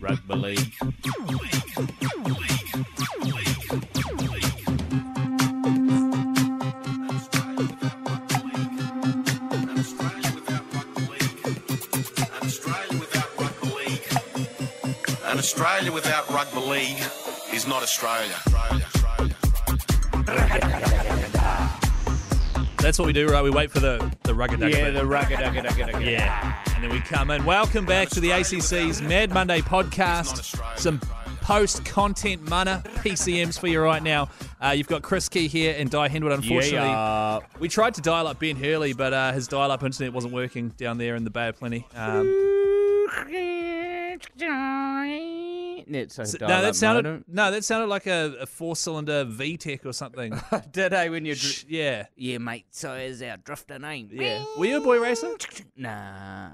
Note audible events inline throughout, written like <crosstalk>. Rugby league. An Australia without rugby league is not Australia. That's what we do, right? We wait for the the rugged duck Yeah, bit. the rugged, rugged, rugged, rugged. yeah, and then we come in. Welcome back to the ACC's Mad Monday podcast. Some post content mana PCMs for you right now. Uh, you've got Chris Key here and Di Henwood. Unfortunately, Yeah. we tried to dial up Ben Hurley, but uh, his dial up internet wasn't working down there in the Bay of Plenty. Um, It's a S- dial-up No, that sounded modem. no, that sounded like a, a four-cylinder VTEC or <laughs> something. Did I when you? Dr- Sh- yeah, yeah, mate. So is our drifter name? yeah. Were you a boy racer? Nah,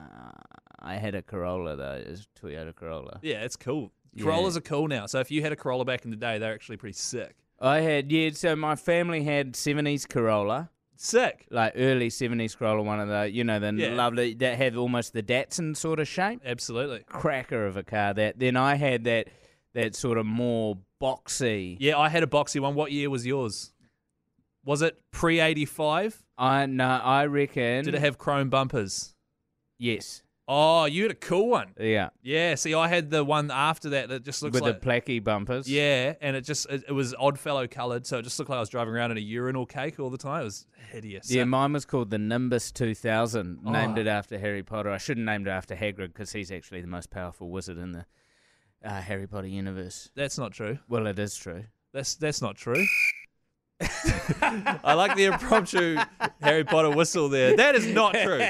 I had a Corolla though. It's a Toyota Corolla. Yeah, it's cool. Corollas are cool now. So if you had a Corolla back in the day, they're actually pretty sick. I had yeah. So my family had seventies Corolla, Sick. like early seventies Corolla, one of the you know the Yeah. lovely that have almost the Datsun sort of shape. Absolutely. Cracker of a car that. Then I had that that sort of more boxy. Yeah, I had a boxy one. What year was yours? Was it pre eighty five? I no, I reckon. Did it have chrome bumpers? Yes. Oh, you had a cool one. Yeah. Yeah. See, I had the one after that that just looks With like the placky bumpers. Yeah, and it just it, it was odd fellow coloured, so it just looked like I was driving around in a urinal cake all the time. It was hideous. Yeah, So- mine was called the Nimbus 2000, Oh. named it after Harry Potter. I should have named it after Hagrid because he's actually the most powerful wizard in the uh, Harry Potter universe. that's not true. Well, it is true. That's that's not true. <laughs> I like the impromptu Harry Potter whistle there. That is not true.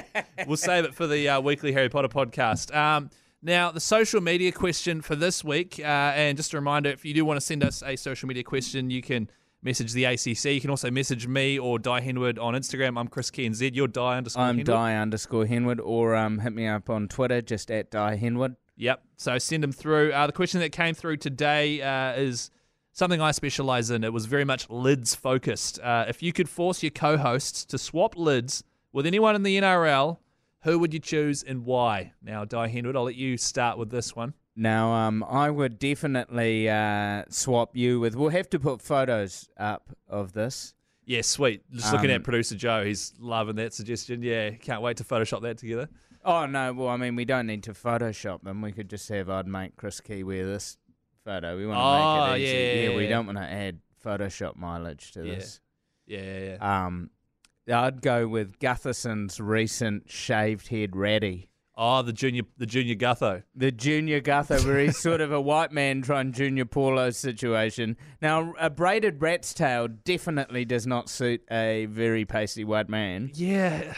We'll save it for the uh, weekly Harry Potter podcast. Um, now, the social media question for this week, uh, and just a reminder if you do want to send us a social media question, you can message the ACC. You can also message me or Di Henwood on Instagram. I'm Chris KNZ. You're Di underscore I'm Henwood. Di underscore Henwood, or um, hit me up on Twitter, just at Di Henwood. Yep. So send them through. Uh, the question that came through today uh, is something I specialize in. It was very much lids focused. Uh, if you could force your co hosts to swap lids with anyone in the NRL, who would you choose and why? Now, Di Henwood, I'll let you start with this one. Now, um, I would definitely uh, swap you with. We'll have to put photos up of this. Yeah, sweet. Just looking Um, at producer Joe, he's loving that suggestion. Yeah, can't wait to Photoshop that together. Oh no! Well, I mean, we don't need to Photoshop them. We could just have I'd make Chris Key wear this photo. We want to Oh, make it easy. yeah, yeah, we yeah. don't want to add Photoshop mileage to Yeah. this. Yeah, yeah, yeah. Um, I'd go with Gutherson's recent shaved head ratty, Oh, the junior, the junior Gutho. the junior Gutho, <laughs> where he's sort of a white man trying junior Paulo situation. Now, a braided rat's tail definitely does not suit a very pasty white man. Yeah.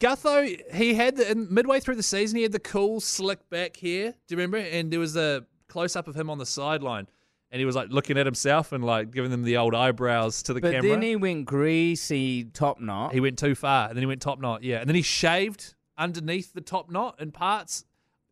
Gutho, he had the in- midway through the season, he had the cool slick back hair. Do you remember? And there was a close up of him on the sideline, and he was like looking at himself and like giving them the old eyebrows to the But camera. then he went greasy top knot. He went too far, and then he went top knot. Yeah, and then he shaved underneath the top knot in parts.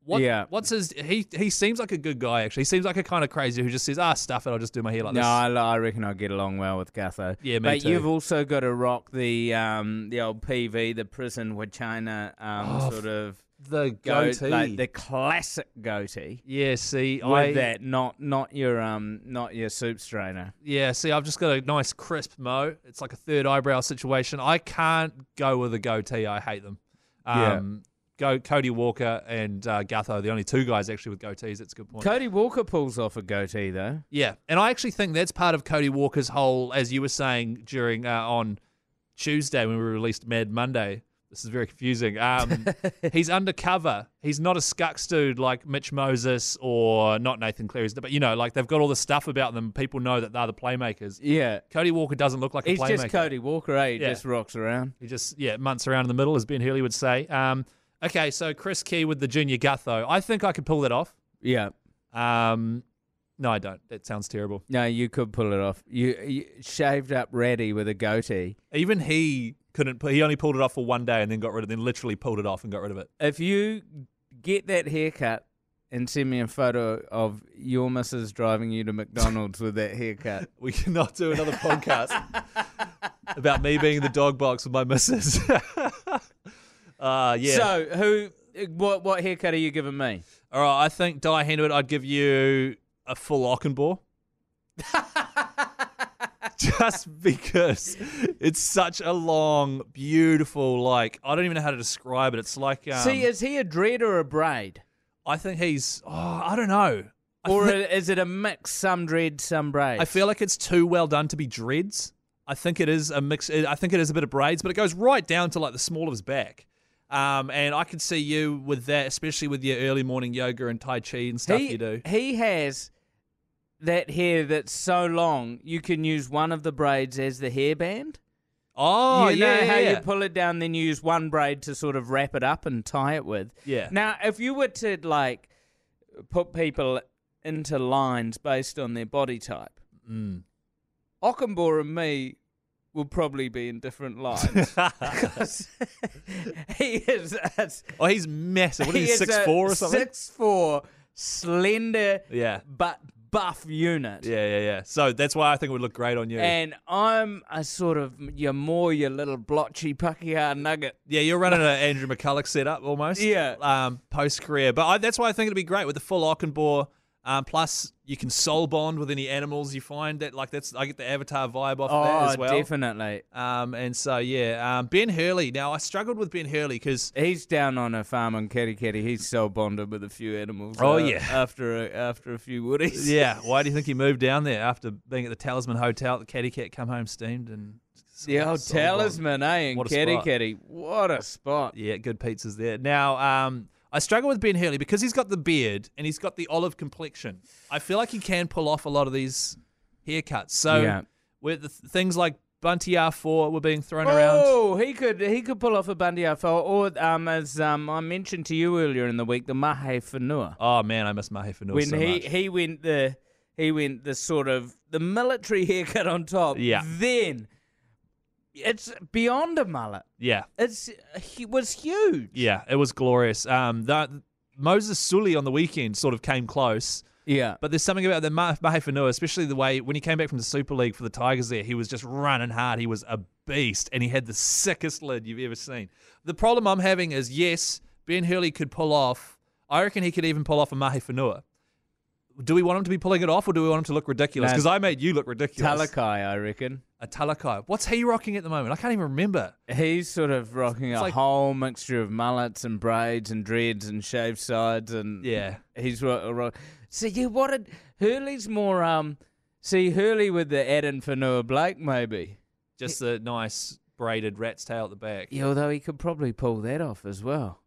What, Yeah. What's his? He he seems like a good guy. Actually, he seems like a kind of crazy who just says, "Ah, stuff it. I'll just do my hair like No, this." I, I reckon I get along well with Gutho. Yeah, me but too. you've also got to rock the um, the old PV, the prison Wachina um, sort of the go- Oh, goatee. like the classic goatee. yeah, see, With I that, not not your um, not your soup strainer. Yeah, see, I've just got a nice crisp mo. It's like a third eyebrow situation. I can't go with a goatee. I hate them. Yeah. Um, Go Cody Walker and uh, Gutho, the only two guys actually with goatees. That's a good point. Cody Walker pulls off a goatee though. yeah, and I actually think that's part of Cody Walker's whole, as you were saying during uh, on Tuesday when we released Mad Monday. This is very confusing. Um, he's undercover. He's not a scucks dude like Mitch Moses or not Nathan Cleary's, but you know, like they've got all the stuff about them. People know that they're the playmakers. Yeah, Cody Walker doesn't look like he's a playmaker. just Cody Walker. Eh? He Yeah. just rocks around. He just yeah months around in the middle, as Ben Hurley would say. Um, okay, so Chris Key with the junior Gutho. I think I could pull that off. Yeah. Um, no, I don't. That sounds terrible. No, you could pull it off. You, you shaved up ratty with a goatee. Even he couldn't. pu- He only pulled it off for one day and then got rid of. Then literally pulled it off and got rid of it. if you get that haircut and send me a photo of your missus driving you to McDonald's with that haircut, We cannot do another <laughs> podcast about me being in the dog box with my missus. <laughs> uh, <laughs> yeah. so who What what haircut are you giving me? All right, I think Di Henwood, I'd give you a full Ockenbaugh. <laughs> Just because it's such a long, beautiful, like I don't even know how to describe it. It's like um, See, is he a dread or a braid, I think he's. Oh, I don't know. I or thi- a, is it a mix? Some dread, some braid. I feel like it's too well done to be dreads. I think it is a mix. I think it is a bit of braids, but it goes right down to like the small of his back. Um, and I could see you with that, especially with your early morning yoga and tai chi and stuff he, you do. He has that hair that's so long. You can use one of the braids as the hairband. Oh you yeah, know yeah, how yeah. you pull it down, then you use one braid to sort of wrap it up and tie it with. Yeah. Now, if you were to like put people into lines based on their body type, mm. Ockenbaugh and me will probably be in different <laughs> lines. 'Cause <laughs> he is a, <laughs> oh, he's massive. What he is he is six a four or something? Six four, slender, Yeah. but buff unit. Yeah, yeah, yeah. So that's why I think it would look great on you. And I'm a sort of you're more your little blotchy Pakeha nugget. yeah, you're running an Andrew McCulloch setup almost. Yeah. Um, post career, but I, that's why I think it'd be great with the full Ockenbaugh. Um, plus, you can soul bond with any animals you find. That like that's I get the Avatar vibe off that Oh, as well. Oh, definitely. Um, and so yeah, um, Ben Hurley. Now I struggled with Ben Hurley because He's down on a farm on Kerikeri. He's so bonded with a few animals. Oh, uh, yeah. after a, after a few woodies. yeah, why do you think he moved down there after being at the Talisman Hotel? The Caddy Cat come home steamed and the old soul bond. oh, talisman, eh? In What a spot. Kerikeri, what a spot! Yeah, good pizzas there. Now, um, I struggle with Ben Hurley because he's got the beard and he's got the olive complexion. I feel like he can pull off a lot of these haircuts. So Yeah. with the th- things like Bunty R4 were being thrown around. Oh, he could he could pull off a Bundy Afo, or um, as um, I mentioned to you earlier in the week, the Mahe Fanua. Oh man, I miss Mahi Fanua when so he, much. he went the he went the sort of the military <laughs> haircut on top. Yeah. Then it's beyond a mullet. yeah, It's he was huge. yeah, it was glorious. Um, that Moses Sully on the weekend sort of came close. Yeah. But there's something about the Ma- Mahe Fanua, especially the way when he came back from the Super League for the Tigers there, he was just running hard. He was a beast and he had the sickest lid you've ever seen. The problem I'm having is yes, Ben Hurley could pull off, I reckon he could even pull off a Mahe Fanua. Do we want him to be pulling it off or do we want him to look ridiculous? No. Because I made you look ridiculous. Talakai, I reckon. A Talakai. What's he rocking at the moment? I can't even remember. He's sort of rocking a like- whole mixture of mullets and braids and dreads and shaved sides and Yeah. he's ro- ro- see you wanted Hurley's more um see Hurley with the Adam Fanua Blake maybe Just the nice braided rat's tail at the back. yeah although he could probably pull that off as well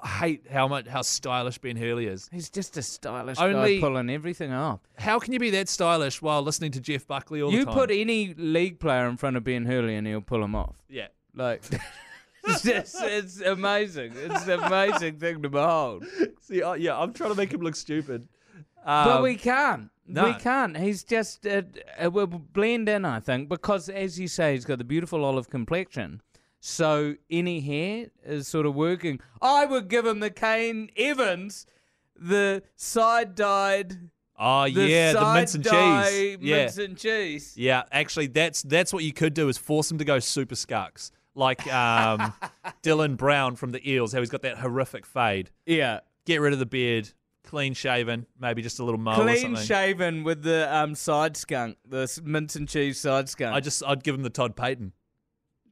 I hate how much how stylish Ben Hurley is. he's just a stylish Only- guy pulling everything off How can you be that stylish while listening to Jeff Buckley all you the time? put any league player in front of Ben Hurley and he'll pull him off yeah. like <laughs> it's just it's amazing it's an amazing thing to behold See, I yeah, I'm trying to make him look stupid. but we can't. Um, no. We can't. He's just uh, uh, will blend in, I think, because as you say, he's got the beautiful olive complexion. So any hair is sort of working. I would give him the Kane Evans, the side dyed, oh the yeah, the mince and cheese. side-dye Yeah, mince and cheese. yeah. Actually, that's that's what you could do is force him to go super skunks, like <laughs> um, Dylan Brown from the Eels. How he's got that horrific fade. Yeah, Get rid of the beard, clean shaven, maybe just a little mow or clean Oh, something. shaven with the um side skunk, the s- mince and cheese side skunk. I just I'd give him the Todd Payton.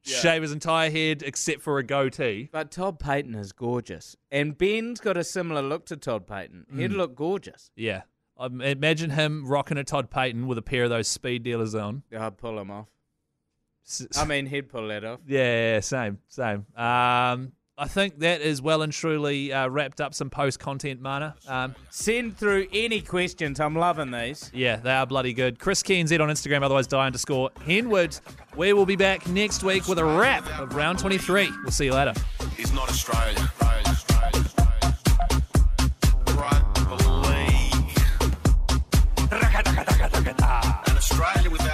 Shave his entire head except for a goatee. But Todd Payton is gorgeous, and Ben's got a similar look to Todd Payton. He'd Mm. look gorgeous. Yeah. Um, imagine him rocking a Todd Payton with a pair of those speed dealers on. I'd pull him off. S- I mean, he'd pull that off. Yeah, yeah, yeah, same, same. Um, I think that is well and truly uh, wrapped up some post content, Mana. Um, Send through any questions. I'm loving these. yeah, they are bloody good. Chris Keane Z on Instagram, otherwise die underscore Henwood. We will be back next week with a wrap of round 23. We'll see you later. is not Australia. Rugby league. An Australia without